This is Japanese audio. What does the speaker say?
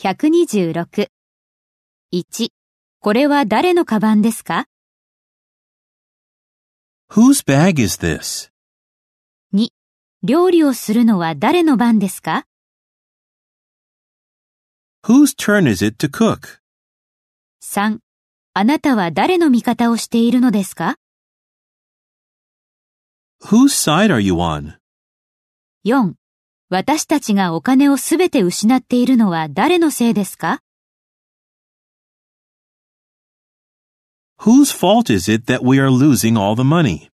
126。1. これは誰のカバンですか Whose bag is this? 2. 料理をするのは誰の番ですか Whose turn is it to cook? 3. あなたは誰の味方をしているのですか Whose side are you on? 4. 私たちがお金をすべて失っているのは誰のせいですか Whose fault is it that we are losing all the money?